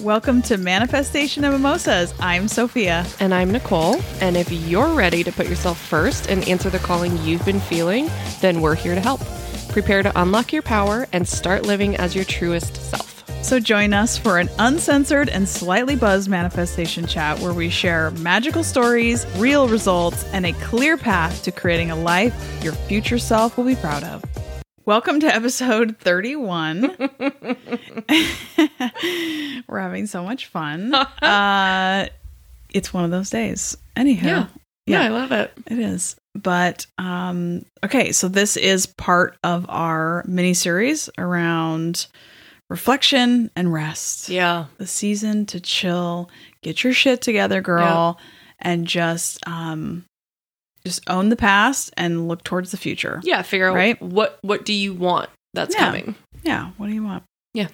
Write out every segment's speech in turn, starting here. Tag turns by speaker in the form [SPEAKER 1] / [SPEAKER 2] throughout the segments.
[SPEAKER 1] Welcome to Manifestation of Mimosas. I'm Sophia.
[SPEAKER 2] And I'm Nicole. And if you're ready to put yourself first and answer the calling you've been feeling, then we're here to help. Prepare to unlock your power and start living as your truest self.
[SPEAKER 1] So join us for an uncensored and slightly buzzed manifestation chat where we share magical stories, real results, and a clear path to creating a life your future self will be proud of. Welcome to episode 31. We're having so much fun. Uh, it's one of those days. Anyhow,
[SPEAKER 2] Yeah. Yeah, I love it.
[SPEAKER 1] it is. But um okay, so this is part of our mini series around reflection and rest.
[SPEAKER 2] Yeah.
[SPEAKER 1] The season to chill, get your shit together, girl, and just um just own the past and look towards the future.
[SPEAKER 2] Yeah, figure out
[SPEAKER 1] Right?
[SPEAKER 2] what what do you want that's
[SPEAKER 1] Yeah.
[SPEAKER 2] coming.
[SPEAKER 1] Yeah, what do you want?
[SPEAKER 2] Yeah.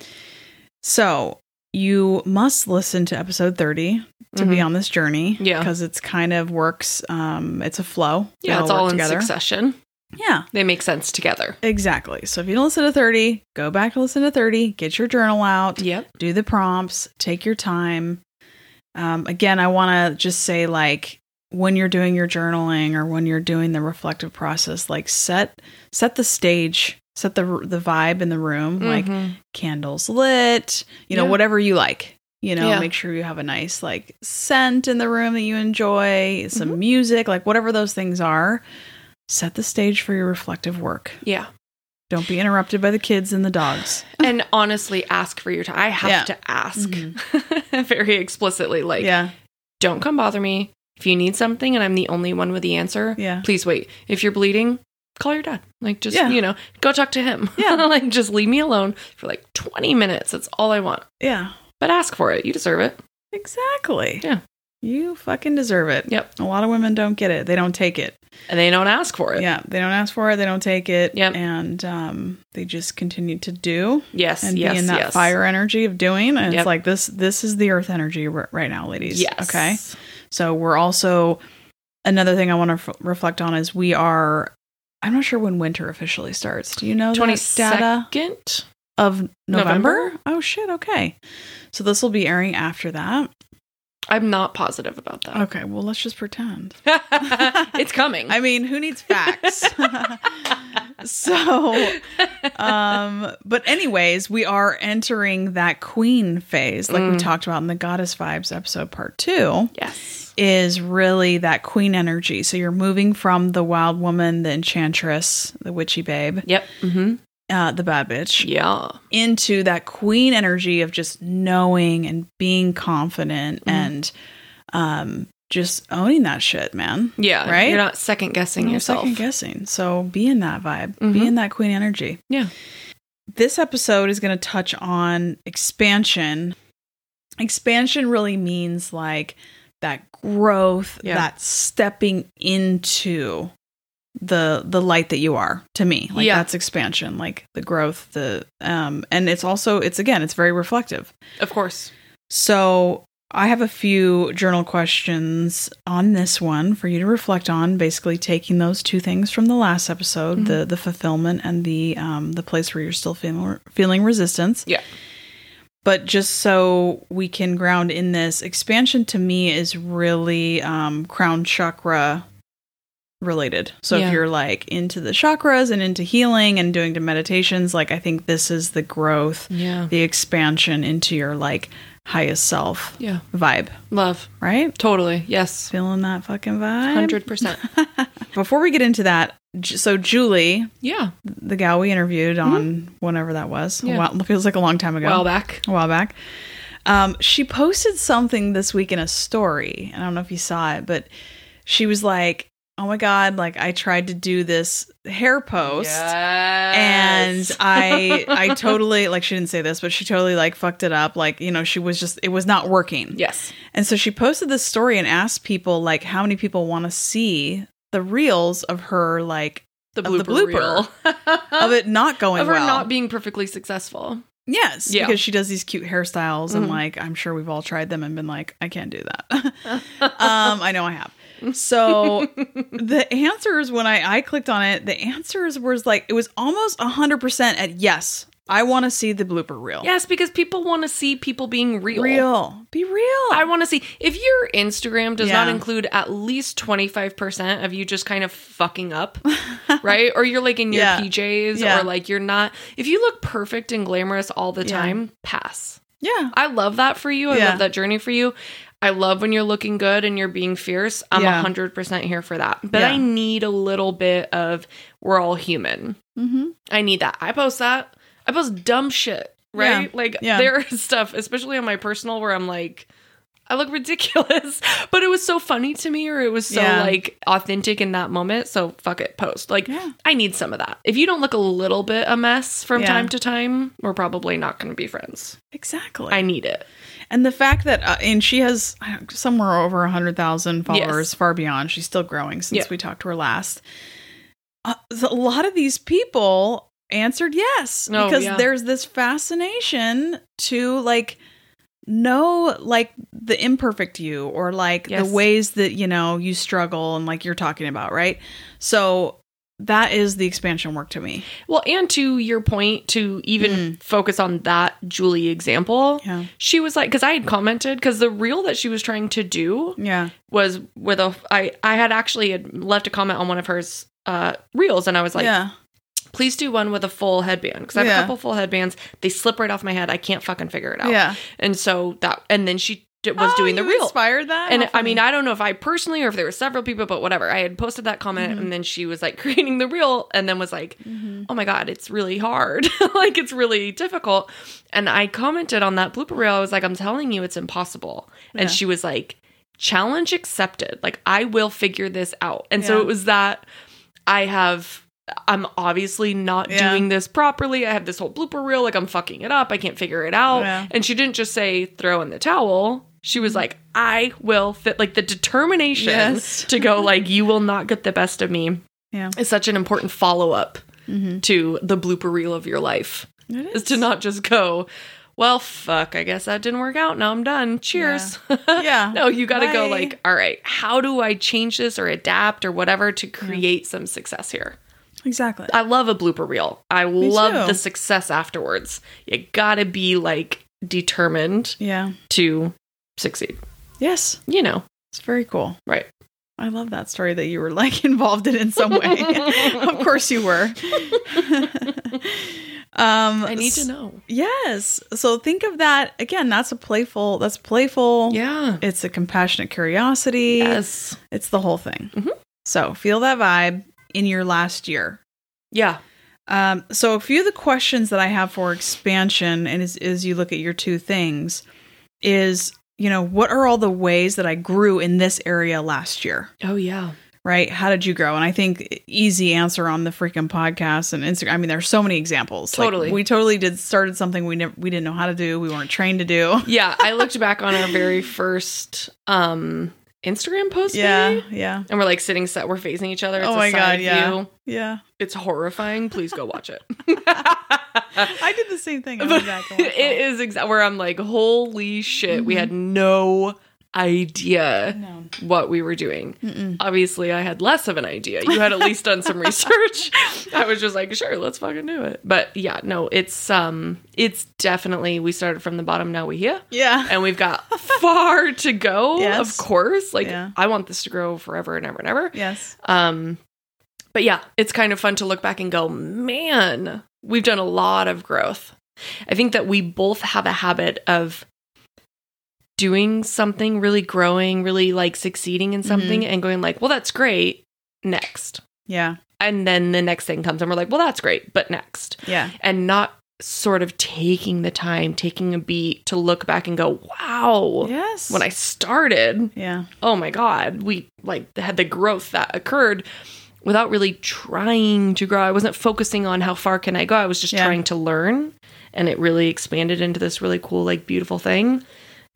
[SPEAKER 1] So, you must listen to episode 30 to be on this journey
[SPEAKER 2] Mm-hmm. Yeah.
[SPEAKER 1] because it's kind of works um it's a flow. They
[SPEAKER 2] Yeah, it's all
[SPEAKER 1] work
[SPEAKER 2] in succession.
[SPEAKER 1] Yeah.
[SPEAKER 2] They make sense together.
[SPEAKER 1] Exactly. So if you don't listen to 30, go back to listen to 30, get your journal out,
[SPEAKER 2] Yep.
[SPEAKER 1] do the prompts, take your time. Um, again, I want to just say, like, when you're doing your journaling or when you're doing the reflective process, like set set the stage, set the the vibe in the room,
[SPEAKER 2] Mm-hmm.
[SPEAKER 1] like candles lit, you know,
[SPEAKER 2] Yeah.
[SPEAKER 1] whatever you like. You know,
[SPEAKER 2] Yeah.
[SPEAKER 1] make sure you have a nice like scent in the room that you enjoy, some
[SPEAKER 2] Mm-hmm.
[SPEAKER 1] music, like whatever those things are. Set the stage for your reflective work.
[SPEAKER 2] Yeah.
[SPEAKER 1] Don't be interrupted by the kids and the dogs.
[SPEAKER 2] and honestly ask for your time. I have
[SPEAKER 1] Yeah. Mm-hmm.
[SPEAKER 2] to ask very explicitly like
[SPEAKER 1] yeah.
[SPEAKER 2] don't come bother me. If you need something and I'm the only one with the answer,
[SPEAKER 1] Yeah.
[SPEAKER 2] please wait. If you're bleeding, call your dad. Like just,
[SPEAKER 1] Yeah.
[SPEAKER 2] you know, go talk to him.
[SPEAKER 1] Yeah.
[SPEAKER 2] like just leave me alone for like 20 minutes. That's all I want.
[SPEAKER 1] Yeah.
[SPEAKER 2] But ask for it. You deserve it.
[SPEAKER 1] Exactly.
[SPEAKER 2] Yeah.
[SPEAKER 1] You fucking deserve it.
[SPEAKER 2] Yep.
[SPEAKER 1] A lot of women don't get it. They don't take it.
[SPEAKER 2] And they don't ask for it.
[SPEAKER 1] Yeah. They don't ask for it. They don't take it.
[SPEAKER 2] Yep.
[SPEAKER 1] And um, they just continue to do
[SPEAKER 2] Yes,
[SPEAKER 1] and
[SPEAKER 2] yes,
[SPEAKER 1] be in that
[SPEAKER 2] yes.
[SPEAKER 1] fire energy of doing. And
[SPEAKER 2] Yep.
[SPEAKER 1] it's like this. This is the earth energy r- right now, ladies.
[SPEAKER 2] Yes.
[SPEAKER 1] Okay. So we're also another thing I want to f- reflect on is we are. I'm not sure when winter officially starts. Do you know
[SPEAKER 2] Twenty
[SPEAKER 1] that data?
[SPEAKER 2] second.
[SPEAKER 1] of November?
[SPEAKER 2] November?
[SPEAKER 1] Oh shit, okay. So this will be airing after that.
[SPEAKER 2] I'm not positive about that.
[SPEAKER 1] Okay, well let's just pretend.
[SPEAKER 2] it's coming.
[SPEAKER 1] I mean, who needs facts? so um but anyways, we are entering that queen phase like we
[SPEAKER 2] Mm.
[SPEAKER 1] talked about in the goddess vibes episode part 2
[SPEAKER 2] yes.
[SPEAKER 1] is really that queen energy. So you're moving from the wild woman, the enchantress, the witchy babe,
[SPEAKER 2] Yep. hmm
[SPEAKER 1] uh the bad bitch
[SPEAKER 2] Yeah.
[SPEAKER 1] into that queen energy of just knowing and being confident
[SPEAKER 2] Mhm.
[SPEAKER 1] and um just owning that shit, man.
[SPEAKER 2] Yeah.
[SPEAKER 1] Right?
[SPEAKER 2] You're not second guessing
[SPEAKER 1] No
[SPEAKER 2] yourself.
[SPEAKER 1] second guessing. So be in that vibe. Be
[SPEAKER 2] Mhm.
[SPEAKER 1] in that queen energy.
[SPEAKER 2] Yeah.
[SPEAKER 1] This episode is going to touch on expansion. Expansion really means like that growth,
[SPEAKER 2] Yeah.
[SPEAKER 1] that stepping into the the light that you are to me. Like
[SPEAKER 2] Yeah.
[SPEAKER 1] that's expansion, like the growth, the um and it's also it's again, it's very reflective.
[SPEAKER 2] Of course.
[SPEAKER 1] So I have a few journal questions on this one for you to reflect on. Basically, taking those two things from the last episode
[SPEAKER 2] Mhm.
[SPEAKER 1] the the fulfillment and the um, the place where you're still feeling feeling resistance.
[SPEAKER 2] Yeah.
[SPEAKER 1] But just so we can ground in this expansion, to me is really um, crown chakra related. So
[SPEAKER 2] Yeah.
[SPEAKER 1] if you're like into the chakras and into healing and doing the meditations, like I think this is the growth
[SPEAKER 2] Yeah.
[SPEAKER 1] the expansion into your like highest self
[SPEAKER 2] Yeah.
[SPEAKER 1] vibe,
[SPEAKER 2] Love.
[SPEAKER 1] right?
[SPEAKER 2] Totally. Yes.
[SPEAKER 1] Feeling that fucking vibe.
[SPEAKER 2] 100%.
[SPEAKER 1] Before we get into that, J- so Julie,
[SPEAKER 2] Yeah.
[SPEAKER 1] the gal we interviewed on whenever that was,
[SPEAKER 2] Mm-hmm. Yeah.
[SPEAKER 1] wow, feels like a long time ago,
[SPEAKER 2] Well back.
[SPEAKER 1] a while back. Um, she posted something this week in a story. and I don't know if you saw it, but she was like, "Oh my god! Like I tried to do this hair post." and I I totally like she didn't say this, but she totally like fucked it up. Like you know she was just it was not working.
[SPEAKER 2] Yes.
[SPEAKER 1] And so she posted this story and asked people like how many people want to see the reels of her like
[SPEAKER 2] The
[SPEAKER 1] Of the
[SPEAKER 2] blooper.
[SPEAKER 1] blooper.
[SPEAKER 2] reel.
[SPEAKER 1] of it not going
[SPEAKER 2] Of her
[SPEAKER 1] well.
[SPEAKER 2] not being perfectly successful.
[SPEAKER 1] yes,
[SPEAKER 2] Yeah.
[SPEAKER 1] because she does these cute hairstyles and
[SPEAKER 2] Mhm.
[SPEAKER 1] like I'm sure we've all tried them and been like I can't do that. um, I know I have. So the answers when I, I clicked on it, the answers was like it was almost hundred percent at yes. I want to see the blooper reel.
[SPEAKER 2] Yes, because people want to see people being real.
[SPEAKER 1] Real. Be real.
[SPEAKER 2] I want to see if your Instagram does not
[SPEAKER 1] Yeah.
[SPEAKER 2] include at least 25% of you just kind of fucking up, right? Or you're like in your
[SPEAKER 1] Yeah.
[SPEAKER 2] PJs
[SPEAKER 1] Yeah.
[SPEAKER 2] or like you're not if you look perfect and glamorous all the
[SPEAKER 1] Yeah.
[SPEAKER 2] time, pass.
[SPEAKER 1] yeah.
[SPEAKER 2] I love that for you. I
[SPEAKER 1] Yeah.
[SPEAKER 2] love that journey for you. I love when you're looking good and you're being fierce. I'm
[SPEAKER 1] Yeah.
[SPEAKER 2] 100% here for that. But
[SPEAKER 1] Yeah.
[SPEAKER 2] I need a little bit of we're all human.
[SPEAKER 1] Mm-hmm.
[SPEAKER 2] I need that. I post that. I post dumb shit, right? Like
[SPEAKER 1] Yeah.
[SPEAKER 2] there is stuff, especially on my personal, where I'm like, I look ridiculous, but it was so funny to me, or it was so
[SPEAKER 1] Yeah.
[SPEAKER 2] like authentic in that moment. So fuck it, post. Like
[SPEAKER 1] Yeah.
[SPEAKER 2] I need some of that. If you don't look a little bit a mess from
[SPEAKER 1] Yeah.
[SPEAKER 2] time to time, we're probably not going to be friends.
[SPEAKER 1] Exactly.
[SPEAKER 2] I need it.
[SPEAKER 1] and the fact that, uh, and she has I don't- somewhere over 100,000 followers,
[SPEAKER 2] Yes.
[SPEAKER 1] far beyond. She's still growing since
[SPEAKER 2] Yeah.
[SPEAKER 1] we talked to her last. Uh, so a lot of these people answered yes
[SPEAKER 2] Oh,
[SPEAKER 1] because
[SPEAKER 2] yeah.
[SPEAKER 1] there's this fascination to like know like the imperfect you or like
[SPEAKER 2] Yes.
[SPEAKER 1] the ways that you know you struggle and like you're talking about right so that is the expansion work to me
[SPEAKER 2] Well, and to your point, to even
[SPEAKER 1] Mm.
[SPEAKER 2] focus on that Julie example,
[SPEAKER 1] yeah
[SPEAKER 2] she was like, because I had commented, because the reel that she was trying to do
[SPEAKER 1] yeah
[SPEAKER 2] was with a I I had actually had left a comment on one of hers uh reels and I was like
[SPEAKER 1] yeah
[SPEAKER 2] please do one with a full headband because I have a
[SPEAKER 1] Yeah.
[SPEAKER 2] couple full headbands they slip right off my head I can't fucking figure it out
[SPEAKER 1] yeah
[SPEAKER 2] and so that and then she d- was
[SPEAKER 1] Oh,
[SPEAKER 2] doing the
[SPEAKER 1] you
[SPEAKER 2] reel
[SPEAKER 1] inspired that
[SPEAKER 2] and
[SPEAKER 1] How
[SPEAKER 2] I mean
[SPEAKER 1] funny.
[SPEAKER 2] I don't know if I personally or if there were several people but whatever I had posted that comment
[SPEAKER 1] Mhm.
[SPEAKER 2] and then she was like creating the reel and then was like
[SPEAKER 1] Mhm.
[SPEAKER 2] oh my god it's really hard like it's really difficult and i commented on that blooper reel i was like i'm telling you it's impossible
[SPEAKER 1] Yeah.
[SPEAKER 2] and she was like challenge accepted like i will figure this out and so
[SPEAKER 1] Yeah.
[SPEAKER 2] it was that i have i'm obviously not
[SPEAKER 1] Yeah.
[SPEAKER 2] doing this properly i have this whole blooper reel like i'm fucking it up i can't figure it out
[SPEAKER 1] Yeah.
[SPEAKER 2] Oh, and she didn't just say throw in the towel she was like i will fit like the determination
[SPEAKER 1] Yes.
[SPEAKER 2] to go like you will not get the best of me
[SPEAKER 1] yeah
[SPEAKER 2] is such an important follow-up
[SPEAKER 1] Mhm.
[SPEAKER 2] to the blooper reel of your life
[SPEAKER 1] It
[SPEAKER 2] is to not just go well fuck i guess that didn't work out now i'm done cheers
[SPEAKER 1] Yeah.
[SPEAKER 2] no you gotta go
[SPEAKER 1] Bye.
[SPEAKER 2] like all right how do i change this or adapt or whatever to create some success here
[SPEAKER 1] exactly
[SPEAKER 2] i love a blooper reel i love
[SPEAKER 1] too.
[SPEAKER 2] the success afterwards you gotta be like determined
[SPEAKER 1] yeah
[SPEAKER 2] to succeed
[SPEAKER 1] yes
[SPEAKER 2] you know
[SPEAKER 1] it's very cool
[SPEAKER 2] right
[SPEAKER 1] I love that story that you were like involved in in some way. of course you were. um
[SPEAKER 2] i need to know
[SPEAKER 1] Yes. So think of that again, that's a playful that's playful.
[SPEAKER 2] yeah
[SPEAKER 1] It's a compassionate curiosity.
[SPEAKER 2] yes
[SPEAKER 1] It's the whole thing.
[SPEAKER 2] Mhm.
[SPEAKER 1] So feel that vibe in your last year.
[SPEAKER 2] yeah
[SPEAKER 1] Um, so a few of the questions that I have for expansion, and as, as you look at your two things, is you know what are all the ways that I grew in this area last year?
[SPEAKER 2] oh yeah
[SPEAKER 1] Right? How did you grow? And I think easy answer on the freaking podcast and Instagram. I mean, there's so many examples. Like,
[SPEAKER 2] Totally.
[SPEAKER 1] we totally did started something we never we didn't know how to do. We weren't trained to do.
[SPEAKER 2] yeah, I looked back on our very first um Instagram post.
[SPEAKER 1] Yeah,
[SPEAKER 2] maybe?
[SPEAKER 1] yeah,
[SPEAKER 2] And we're like sitting set, we're facing each other. It's
[SPEAKER 1] Oh
[SPEAKER 2] a
[SPEAKER 1] my
[SPEAKER 2] side
[SPEAKER 1] God, yeah.
[SPEAKER 2] view.
[SPEAKER 1] yeah.
[SPEAKER 2] It's horrifying. Please go watch it.
[SPEAKER 1] I did the same thing. I
[SPEAKER 2] but
[SPEAKER 1] went back and watched
[SPEAKER 2] it is exa- where I'm like, holy shit,
[SPEAKER 1] Mm-hmm.
[SPEAKER 2] we had no
[SPEAKER 1] that.
[SPEAKER 2] idea
[SPEAKER 1] No.
[SPEAKER 2] what we were doing.
[SPEAKER 1] Mm-mm.
[SPEAKER 2] Obviously, I had less of an idea. You had at least done some research. I was just like, sure, let's fucking do it. But yeah, no, it's um it's definitely we started from the bottom, now we here.
[SPEAKER 1] Yeah.
[SPEAKER 2] and we've got far to go
[SPEAKER 1] Yes.
[SPEAKER 2] of course like
[SPEAKER 1] Yeah.
[SPEAKER 2] i want this to grow forever and ever and ever
[SPEAKER 1] Yes.
[SPEAKER 2] um but yeah it's kind of fun to look back and go man we've done a lot of growth i think that we both have a habit of doing something really growing really like succeeding in something and going like well that's great next
[SPEAKER 1] Yeah.
[SPEAKER 2] and then the next thing comes and we're like well that's great but next
[SPEAKER 1] Yeah.
[SPEAKER 2] and not sort of taking the time, taking a beat to look back and go, wow,
[SPEAKER 1] Yes.
[SPEAKER 2] when I started,
[SPEAKER 1] Yeah.
[SPEAKER 2] oh my God, we like had the growth that occurred without really trying to grow. I wasn't focusing on how far can I go. I was just
[SPEAKER 1] Yeah.
[SPEAKER 2] trying to learn. And it really expanded into this really cool, like beautiful thing.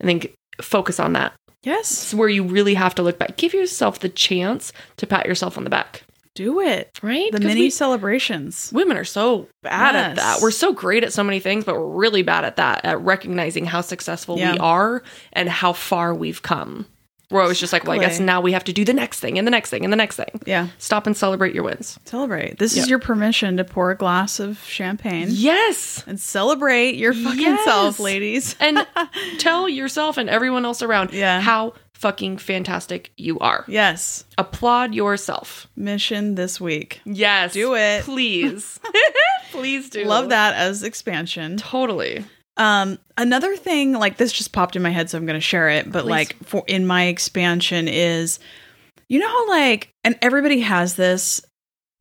[SPEAKER 2] I think focus on that.
[SPEAKER 1] Yes.
[SPEAKER 2] It's where you really have to look back. Give yourself the chance to pat yourself on the back,
[SPEAKER 1] Do it.
[SPEAKER 2] right?
[SPEAKER 1] The
[SPEAKER 2] 'Cause
[SPEAKER 1] mini
[SPEAKER 2] we-
[SPEAKER 1] celebrations.
[SPEAKER 2] Women are so bad at
[SPEAKER 1] Yes.
[SPEAKER 2] that. We're so great at so many things, but we're really bad at that, at recognizing how successful
[SPEAKER 1] Yeah.
[SPEAKER 2] we are and how far we've come. We're always just like, well, I guess
[SPEAKER 1] Exactly.
[SPEAKER 2] now we have to do the next thing and the next thing and the next thing.
[SPEAKER 1] Yeah.
[SPEAKER 2] Stop and celebrate your wins.
[SPEAKER 1] Celebrate. This
[SPEAKER 2] Yeah.
[SPEAKER 1] is your permission to pour a glass of champagne
[SPEAKER 2] Yes.
[SPEAKER 1] and celebrate your fucking
[SPEAKER 2] Yes.
[SPEAKER 1] self, ladies.
[SPEAKER 2] And tell yourself and everyone else around
[SPEAKER 1] Yeah.
[SPEAKER 2] how fucking fantastic you are.
[SPEAKER 1] Yes.
[SPEAKER 2] Applaud yourself.
[SPEAKER 1] Mission this week.
[SPEAKER 2] Yes.
[SPEAKER 1] Do it.
[SPEAKER 2] Please. Please do.
[SPEAKER 1] Love that as expansion.
[SPEAKER 2] Totally.
[SPEAKER 1] Um, another thing, like this just popped in my head, so I'm going to share it. But
[SPEAKER 2] Please.
[SPEAKER 1] like for in my expansion is, you know how like, and everybody has this.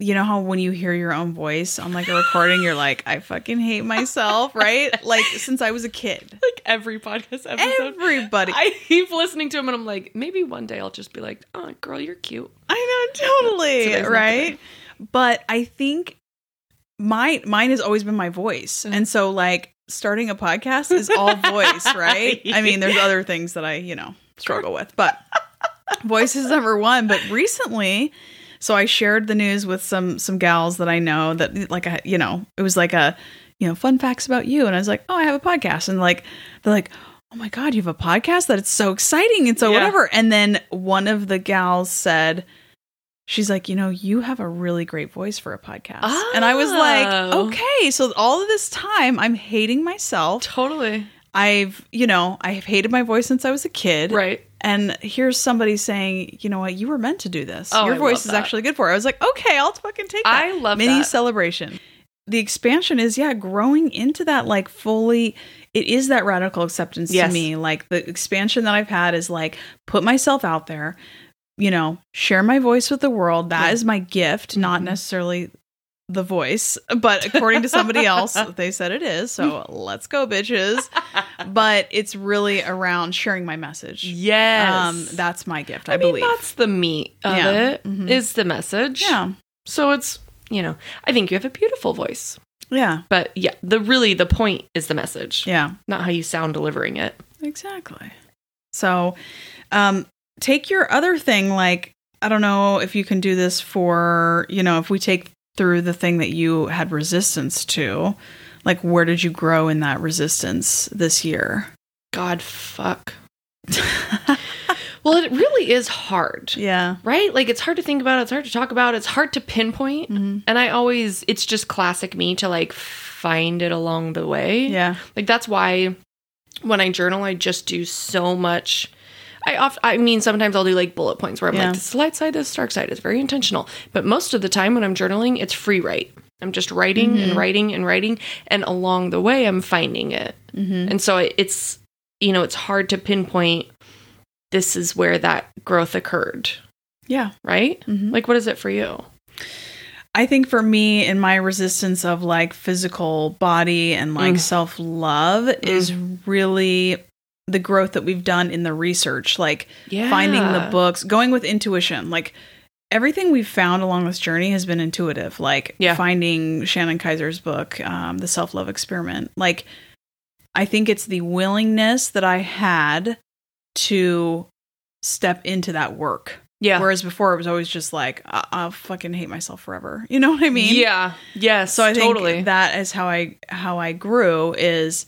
[SPEAKER 1] You know how when you hear your own voice on like a recording, you're like, I fucking hate myself, right? Like since I was a kid,
[SPEAKER 2] Like every podcast episode.
[SPEAKER 1] everybody.
[SPEAKER 2] I keep listening to him and I'm like, maybe one day I'll just be like, oh, girl, you're cute.
[SPEAKER 1] I know totally
[SPEAKER 2] Today's not the
[SPEAKER 1] right, but I think my mine has always been my voice,
[SPEAKER 2] Mhm.
[SPEAKER 1] and so like starting a podcast is all voice, right? I mean, there's other things that I you know struggle with, but voice is number one. But recently, so I shared the news with some some gals that I know that like I you know it was like a you know fun facts about you, and I was like, oh, I have a podcast, and like they're like. Oh my god, you have a podcast that it's so exciting and so
[SPEAKER 2] Yeah.
[SPEAKER 1] whatever. And then one of the gals said, she's like, you know, you have a really great voice for a podcast. And I was like,
[SPEAKER 2] Oh.
[SPEAKER 1] okay, so all of this time I'm hating myself.
[SPEAKER 2] Totally.
[SPEAKER 1] I've, you know, I've hated my voice since I was a kid.
[SPEAKER 2] Right.
[SPEAKER 1] And here's somebody saying, you know what, you were meant to do this.
[SPEAKER 2] Oh,
[SPEAKER 1] Your
[SPEAKER 2] I
[SPEAKER 1] voice
[SPEAKER 2] love
[SPEAKER 1] is
[SPEAKER 2] that.
[SPEAKER 1] actually good for it. I was like, okay, I'll fucking take that.
[SPEAKER 2] I love
[SPEAKER 1] Mini
[SPEAKER 2] that.
[SPEAKER 1] celebration. The expansion is, yeah, growing into that like fully. It is that radical acceptance
[SPEAKER 2] Yes.
[SPEAKER 1] to me. Like the expansion that I've had is like put myself out there, you know, share my voice with the world. That is
[SPEAKER 2] Yeah.
[SPEAKER 1] my gift, not
[SPEAKER 2] Mhm.
[SPEAKER 1] necessarily the voice, but according to somebody else, they said it is. So let's go, bitches. But it's really around sharing my message.
[SPEAKER 2] yes.
[SPEAKER 1] Um, that's my gift, I,
[SPEAKER 2] I, Mm-hmm. mean,
[SPEAKER 1] believe.
[SPEAKER 2] that's the meat of it.
[SPEAKER 1] Yeah.
[SPEAKER 2] Is
[SPEAKER 1] Mhm.
[SPEAKER 2] the message.
[SPEAKER 1] yeah.
[SPEAKER 2] So it's, you know, I think you have a beautiful voice.
[SPEAKER 1] Yeah.
[SPEAKER 2] But yeah, the really the point is the message,
[SPEAKER 1] Yeah.
[SPEAKER 2] not how you sound delivering it.
[SPEAKER 1] Exactly. So, um, take your other thing. Like, I don't know if you can do this for, you know, if we take through the thing that you had resistance to, like, where did you grow in that resistance this year?
[SPEAKER 2] God fuck. Well, it really is hard.
[SPEAKER 1] yeah.
[SPEAKER 2] Right? Like it's hard to think about, it's hard to talk about, it's hard to pinpoint.
[SPEAKER 1] Mhm.
[SPEAKER 2] And I always it's just classic me to like find it along the way.
[SPEAKER 1] Yeah.
[SPEAKER 2] Like that's why when I journal, I just do so much. I oft, I mean, sometimes I'll do like bullet points where I'm
[SPEAKER 1] Yeah.
[SPEAKER 2] like, this is the light side, this is the dark side. It's very intentional. But most of the time when I'm journaling, it's free write. I'm just writing
[SPEAKER 1] Mhm.
[SPEAKER 2] and writing and writing, and along the way, I'm finding it.
[SPEAKER 1] Mm-hmm.
[SPEAKER 2] And so it- it's, you know, it's hard to pinpoint. This is where that growth occurred,
[SPEAKER 1] Yeah.
[SPEAKER 2] right?
[SPEAKER 1] Mhm.
[SPEAKER 2] Like, what is it for you?
[SPEAKER 1] I think for me and my resistance of like physical body and like
[SPEAKER 2] Mm.
[SPEAKER 1] self love is really the growth that we've done in the research. Like,
[SPEAKER 2] Yeah,
[SPEAKER 1] finding the books, going with intuition. Like everything we've found along this journey has been intuitive. Like
[SPEAKER 2] Yeah.
[SPEAKER 1] finding Shannon Kaiser's book, um, The Self Love Experiment. Like I think it's the willingness that I had to step into that work.
[SPEAKER 2] Yeah,
[SPEAKER 1] Whereas before it was always just like, I- I'll fucking hate myself forever. You know what I mean?
[SPEAKER 2] yeah, yes.
[SPEAKER 1] So I think
[SPEAKER 2] totally.
[SPEAKER 1] that is how I how I grew is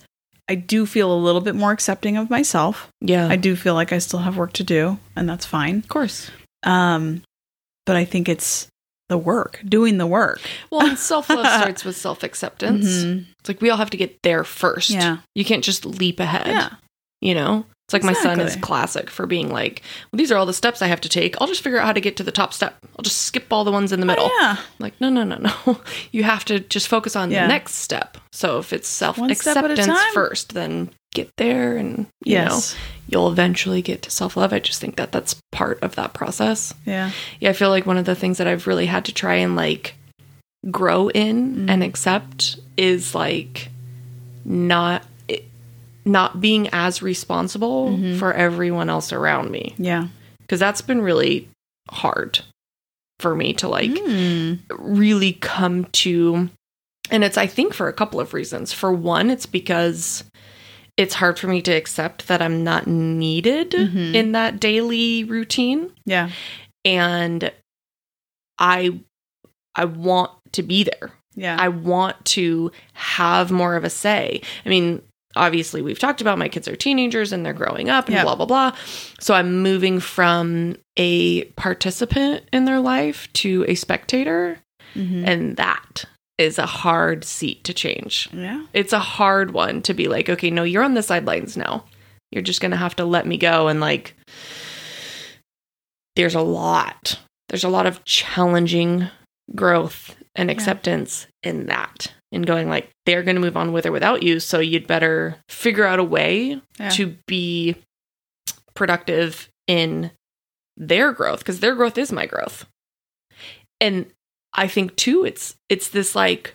[SPEAKER 1] I do feel a little bit more accepting of myself.
[SPEAKER 2] yeah,
[SPEAKER 1] I do feel like I still have work to do, and that's fine.
[SPEAKER 2] of course.
[SPEAKER 1] Um, but I think it's the work, doing the work.
[SPEAKER 2] Well, self love starts with self acceptance.
[SPEAKER 1] Mhm.
[SPEAKER 2] It's like we all have to get there first.
[SPEAKER 1] Yeah.
[SPEAKER 2] You can't just leap ahead.
[SPEAKER 1] Yeah.
[SPEAKER 2] You know? It's like my son is
[SPEAKER 1] Exactly.
[SPEAKER 2] classic for being like, well, these are all the steps I have to take. I'll just figure out how to get to the top step. I'll just skip all the ones in the middle.
[SPEAKER 1] Oh, yeah.
[SPEAKER 2] Like, no, no, no, no. You have to just focus on
[SPEAKER 1] Yeah.
[SPEAKER 2] the next step. So if it's self
[SPEAKER 1] One step at a
[SPEAKER 2] acceptance
[SPEAKER 1] time.
[SPEAKER 2] first, then get there and, you
[SPEAKER 1] Yes.
[SPEAKER 2] know, you'll eventually get to self love. I just think that that's part of that process
[SPEAKER 1] Yeah.
[SPEAKER 2] yeah, I feel like one of the things that I've really had to try and like grow in
[SPEAKER 1] Mm.
[SPEAKER 2] and accept is like not it- not being as responsible
[SPEAKER 1] Mhm.
[SPEAKER 2] for everyone else around me
[SPEAKER 1] Yeah.
[SPEAKER 2] because that's been really hard for me to like
[SPEAKER 1] Mm.
[SPEAKER 2] really come to and it's I think for a couple of reasons. For one, it's because it's hard for me to accept that I'm not needed
[SPEAKER 1] Mhm.
[SPEAKER 2] in that daily routine
[SPEAKER 1] Yeah.
[SPEAKER 2] and i i want to be there
[SPEAKER 1] Yeah.
[SPEAKER 2] i want to have more of a say i mean obviously we've talked about my kids are teenagers and they're growing up and
[SPEAKER 1] Yeah.
[SPEAKER 2] blah blah blah so i'm moving from a participant in their life to a spectator
[SPEAKER 1] Mhm.
[SPEAKER 2] and that is a hard seat to change
[SPEAKER 1] yeah.
[SPEAKER 2] it's a hard one to be like okay no you're on the sidelines now you're just gonna have to let me go and like there's a lot there's a lot of challenging growth and acceptance in that in going like they're gonna move on with or without you so you'd better figure out a way
[SPEAKER 1] Yeah.
[SPEAKER 2] to be productive in their growth because their growth is my growth and i think too it's it's this like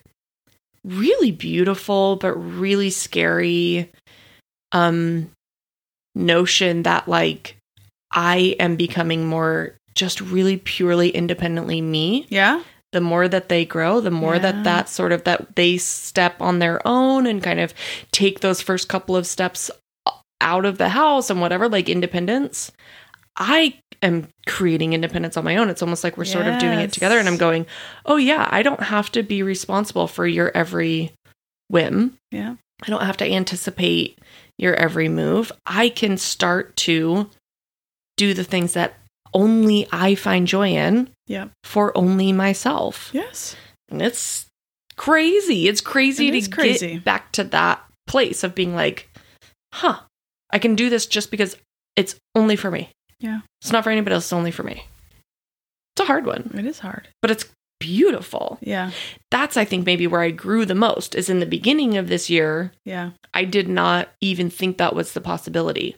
[SPEAKER 2] really beautiful but really scary um notion that like i am becoming more just really purely independently me
[SPEAKER 1] yeah.
[SPEAKER 2] the more that they grow the more
[SPEAKER 1] Yeah.
[SPEAKER 2] that that sort of that they step on their own and kind of take those first couple of steps out of the house and whatever like independence i am creating independence on my own it's almost like we're sort of doing it
[SPEAKER 1] Yes.
[SPEAKER 2] together and i'm going oh yeah i don't have to be responsible for your every whim
[SPEAKER 1] Yeah.
[SPEAKER 2] i don't have to anticipate your every move i can start to do the things that only i find joy in
[SPEAKER 1] Yep.
[SPEAKER 2] for only myself
[SPEAKER 1] Yes.
[SPEAKER 2] and it's crazy. It's crazy
[SPEAKER 1] It
[SPEAKER 2] to
[SPEAKER 1] is crazy.
[SPEAKER 2] get back to that place of being like, huh, I can do this just because it's only for me.
[SPEAKER 1] Yeah.
[SPEAKER 2] It's not for anybody else, it's only for me. It's a hard one,
[SPEAKER 1] It is hard.
[SPEAKER 2] but it's beautiful.
[SPEAKER 1] Yeah.
[SPEAKER 2] That's I think maybe where I grew the most is in the beginning of this year,
[SPEAKER 1] Yeah.
[SPEAKER 2] I did not even think that was the possibility.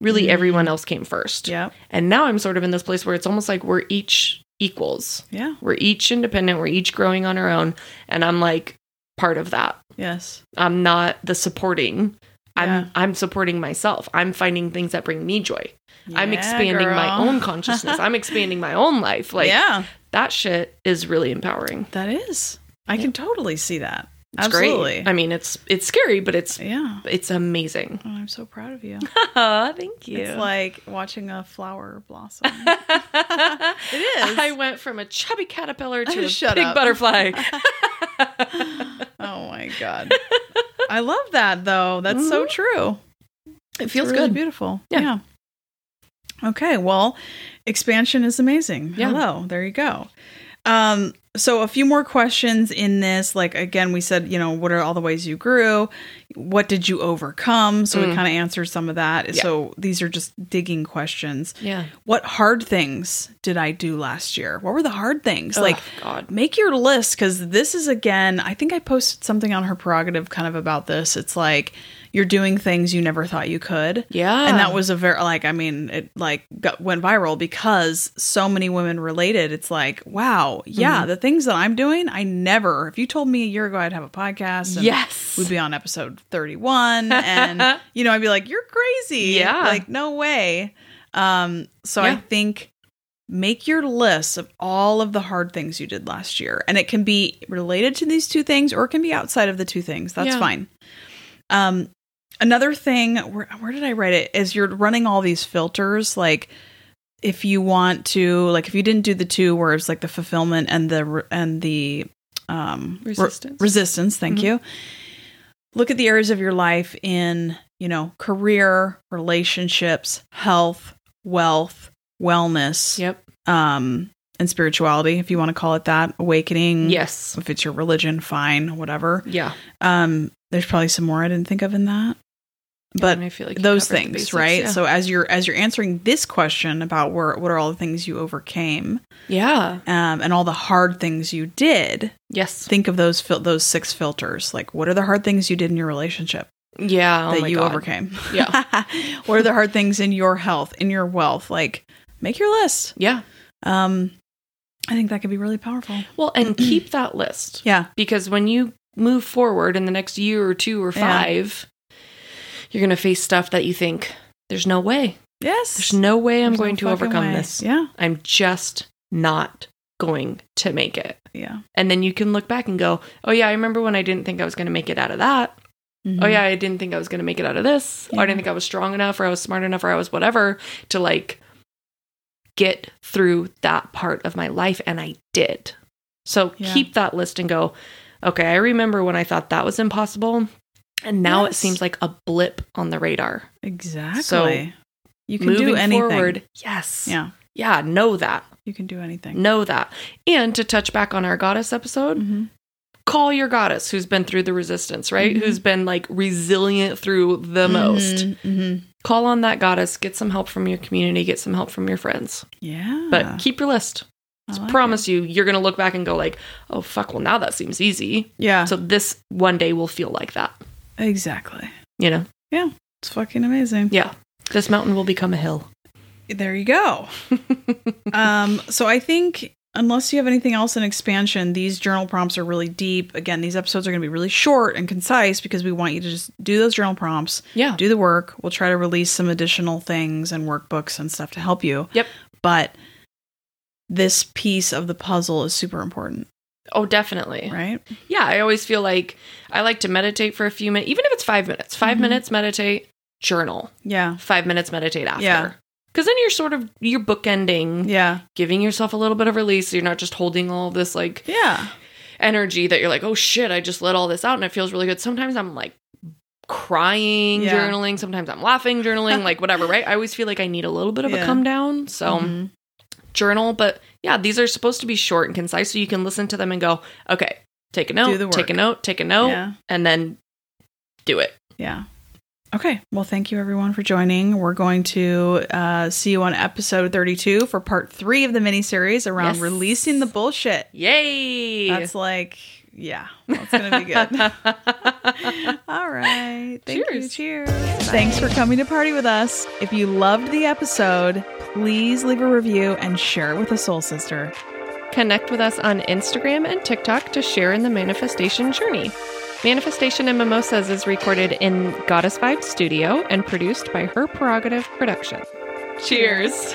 [SPEAKER 2] Really
[SPEAKER 1] Mm.
[SPEAKER 2] everyone else came first.
[SPEAKER 1] Yep.
[SPEAKER 2] And now I'm sort of in this place where it's almost like we're each equals.
[SPEAKER 1] Yeah.
[SPEAKER 2] We're each independent. We're each growing on our own. And I'm like part of that.
[SPEAKER 1] Yes.
[SPEAKER 2] I'm not the supporting. I'm
[SPEAKER 1] Yeah.
[SPEAKER 2] I'm supporting myself. I'm finding things that bring me joy. I'm
[SPEAKER 1] Yeah,
[SPEAKER 2] expanding my
[SPEAKER 1] girl.
[SPEAKER 2] own consciousness. I'm expanding my own life. Like
[SPEAKER 1] yeah,
[SPEAKER 2] that shit is really empowering.
[SPEAKER 1] that is. I can totally see that.
[SPEAKER 2] It's
[SPEAKER 1] Absolutely.
[SPEAKER 2] great. I mean, it's it's scary, but it's
[SPEAKER 1] yeah.
[SPEAKER 2] it's amazing.
[SPEAKER 1] Oh, I'm so proud of you.
[SPEAKER 2] Thank
[SPEAKER 1] It's like watching a flower blossom.
[SPEAKER 2] it
[SPEAKER 1] is.
[SPEAKER 2] I went from a chubby caterpillar to a
[SPEAKER 1] Shut
[SPEAKER 2] big
[SPEAKER 1] up.
[SPEAKER 2] butterfly.
[SPEAKER 1] oh my god. I love that though. That's
[SPEAKER 2] Mm-hmm.
[SPEAKER 1] so true.
[SPEAKER 2] it
[SPEAKER 1] It's
[SPEAKER 2] feels
[SPEAKER 1] really
[SPEAKER 2] good.
[SPEAKER 1] Beautiful.
[SPEAKER 2] Yeah.
[SPEAKER 1] Yeah. Okay. Well, expansion is amazing.
[SPEAKER 2] Yeah.
[SPEAKER 1] Hello. There you go. Um, so a few more questions in this. Like again, we said, you know, what are all the ways you grew? What did you overcome? So we
[SPEAKER 2] Mm.
[SPEAKER 1] kind of answered some of that.
[SPEAKER 2] Yeah.
[SPEAKER 1] So these are just digging questions.
[SPEAKER 2] Yeah.
[SPEAKER 1] What hard things did I do last year? What were the hard things?
[SPEAKER 2] Like
[SPEAKER 1] Like
[SPEAKER 2] God.
[SPEAKER 1] make your list because this is again i think i posted something on her prerogative kind of about this it's like you're doing things you never thought you could
[SPEAKER 2] Yeah.
[SPEAKER 1] and that was a very like i mean it like got, went viral because so many women related it's like wow yeah the things that i'm doing i never if you told me a year ago i'd have a podcast and
[SPEAKER 2] yes.
[SPEAKER 1] we'd be on episode 31 and you know i'd be like you're crazy
[SPEAKER 2] Yeah.
[SPEAKER 1] like no way um so i
[SPEAKER 2] Yeah.
[SPEAKER 1] think make your list of all of the hard things you did last year and it can be related to these two things or it can be outside of the two things that's
[SPEAKER 2] Yeah.
[SPEAKER 1] fine um another thing where, where did i write it is you're running all these filters like if you want to like if you didn't do the two where it's like the fulfillment and the re- and the um re-
[SPEAKER 2] Resistance.
[SPEAKER 1] resistance thank
[SPEAKER 2] Mhm.
[SPEAKER 1] you look at the areas of your life in you know career relationships health wealth wellness
[SPEAKER 2] Yep.
[SPEAKER 1] um and spirituality if you want to call it that awakening
[SPEAKER 2] Yes.
[SPEAKER 1] if it's your religion fine whatever
[SPEAKER 2] Yeah.
[SPEAKER 1] um there's probably some more i didn't think of in that but
[SPEAKER 2] I feel like you
[SPEAKER 1] those
[SPEAKER 2] covered the
[SPEAKER 1] things
[SPEAKER 2] basics,
[SPEAKER 1] right
[SPEAKER 2] Yeah.
[SPEAKER 1] so as you're as you're answering this question about where what are all the things you overcame
[SPEAKER 2] yeah.
[SPEAKER 1] um, and all the hard things you did
[SPEAKER 2] Yes.
[SPEAKER 1] think of those fil- those six filters like what are the hard things you did in your relationship
[SPEAKER 2] Yeah. oh
[SPEAKER 1] that
[SPEAKER 2] my
[SPEAKER 1] you
[SPEAKER 2] God.
[SPEAKER 1] overcame
[SPEAKER 2] Yeah.
[SPEAKER 1] what are the hard things in your health in your wealth like make your list
[SPEAKER 2] Yeah.
[SPEAKER 1] um i think that could be really powerful
[SPEAKER 2] Well, and keep that list
[SPEAKER 1] yeah
[SPEAKER 2] because when you move forward in the next year or two or
[SPEAKER 1] Yeah.
[SPEAKER 2] five, you're going to face stuff that you think, there's no way.
[SPEAKER 1] yes
[SPEAKER 2] There's no way I'm
[SPEAKER 1] There's no
[SPEAKER 2] going to
[SPEAKER 1] fucking
[SPEAKER 2] overcome
[SPEAKER 1] way.
[SPEAKER 2] this.
[SPEAKER 1] yeah
[SPEAKER 2] I'm just not going to make it.
[SPEAKER 1] yeah
[SPEAKER 2] And then you can look back and go, oh, yeah, I remember when I didn't think I was going to make it out of that. oh
[SPEAKER 1] Mhm.
[SPEAKER 2] yeah i didn't think i was going to make it out of this or i
[SPEAKER 1] Yeah.
[SPEAKER 2] didn't think i was strong enough or i was smart enough or i was whatever to like get through that part of my life and i did so
[SPEAKER 1] Yeah.
[SPEAKER 2] keep that list and go okay i remember when i thought that was impossible And now it
[SPEAKER 1] Yes.
[SPEAKER 2] seems like a blip on the radar.
[SPEAKER 1] Exactly.
[SPEAKER 2] So,
[SPEAKER 1] you can do anything.
[SPEAKER 2] yes.
[SPEAKER 1] Yeah,
[SPEAKER 2] Yeah, know that.
[SPEAKER 1] you can do anything.
[SPEAKER 2] Know that. And to touch back on our goddess episode,
[SPEAKER 1] Mhm.
[SPEAKER 2] call your goddess who's been through the resistance, right?
[SPEAKER 1] Mhm.
[SPEAKER 2] Who's been like resilient through the most.
[SPEAKER 1] Mhm, mhm.
[SPEAKER 2] Call on that goddess, get some help from your community, get some help from your friends.
[SPEAKER 1] Yeah.
[SPEAKER 2] But keep your list.
[SPEAKER 1] I
[SPEAKER 2] I
[SPEAKER 1] like
[SPEAKER 2] promise you, you're going to look back and go like, "Oh fuck, well now that seems easy."
[SPEAKER 1] it. Yeah.
[SPEAKER 2] So this one day will feel like that,
[SPEAKER 1] exactly.
[SPEAKER 2] you know.
[SPEAKER 1] It's fucking amazing.
[SPEAKER 2] Yeah. This mountain will become a hill.
[SPEAKER 1] There you go. um, so I think unless you have anything else in expansion, these journal prompts are really deep. Again, these episodes are going to be really short and concise because we want you to just do those journal prompts,
[SPEAKER 2] Yeah.
[SPEAKER 1] do the work. We'll try to release some additional things and workbooks and stuff to help you.
[SPEAKER 2] Yep.
[SPEAKER 1] But this piece of the puzzle is super important,
[SPEAKER 2] Oh, definitely.
[SPEAKER 1] right?
[SPEAKER 2] Yeah, I always feel like I like to meditate for a few minutes, even if it's 5 minutes. 5
[SPEAKER 1] Mhm.
[SPEAKER 2] minutes meditate, journal.
[SPEAKER 1] Yeah.
[SPEAKER 2] 5 minutes meditate after.
[SPEAKER 1] Yeah.
[SPEAKER 2] Cuz then you're sort of you're bookending,
[SPEAKER 1] Yeah.
[SPEAKER 2] giving yourself a little bit of release. You're not just holding all this like
[SPEAKER 1] Yeah.
[SPEAKER 2] energy that you're like, "Oh shit, I just let all this out and it feels really good." Sometimes I'm like crying
[SPEAKER 1] Yeah.
[SPEAKER 2] journaling, sometimes I'm laughing journaling, like whatever, right? I always feel like I need a little bit of a
[SPEAKER 1] Yeah.
[SPEAKER 2] come down. So
[SPEAKER 1] Mhm.
[SPEAKER 2] journal, but yeah, these are supposed to be short and concise so you can listen to them and go, okay, take a
[SPEAKER 1] Do the
[SPEAKER 2] note,
[SPEAKER 1] work.
[SPEAKER 2] take a note, take a note,
[SPEAKER 1] Yeah.
[SPEAKER 2] and then do it.
[SPEAKER 1] Yeah. Okay. Well, thank you everyone for joining. We're going to uh, see you on episode 32 for part three of the miniseries around
[SPEAKER 2] Yes.
[SPEAKER 1] releasing the bullshit.
[SPEAKER 2] Yay!
[SPEAKER 1] That's like, yeah, that's going to be good. All right. Thank you.
[SPEAKER 2] Cheers.
[SPEAKER 1] Cheers. Thanks for coming to party with us. If you loved the episode, please leave a review and share it with a soul sister.
[SPEAKER 2] Connect with us on Instagram and TikTok to share in the manifestation journey. Manifestation and Mimosas is recorded in Goddess Vibe Studio and produced by Her Prerogative Production. Cheers.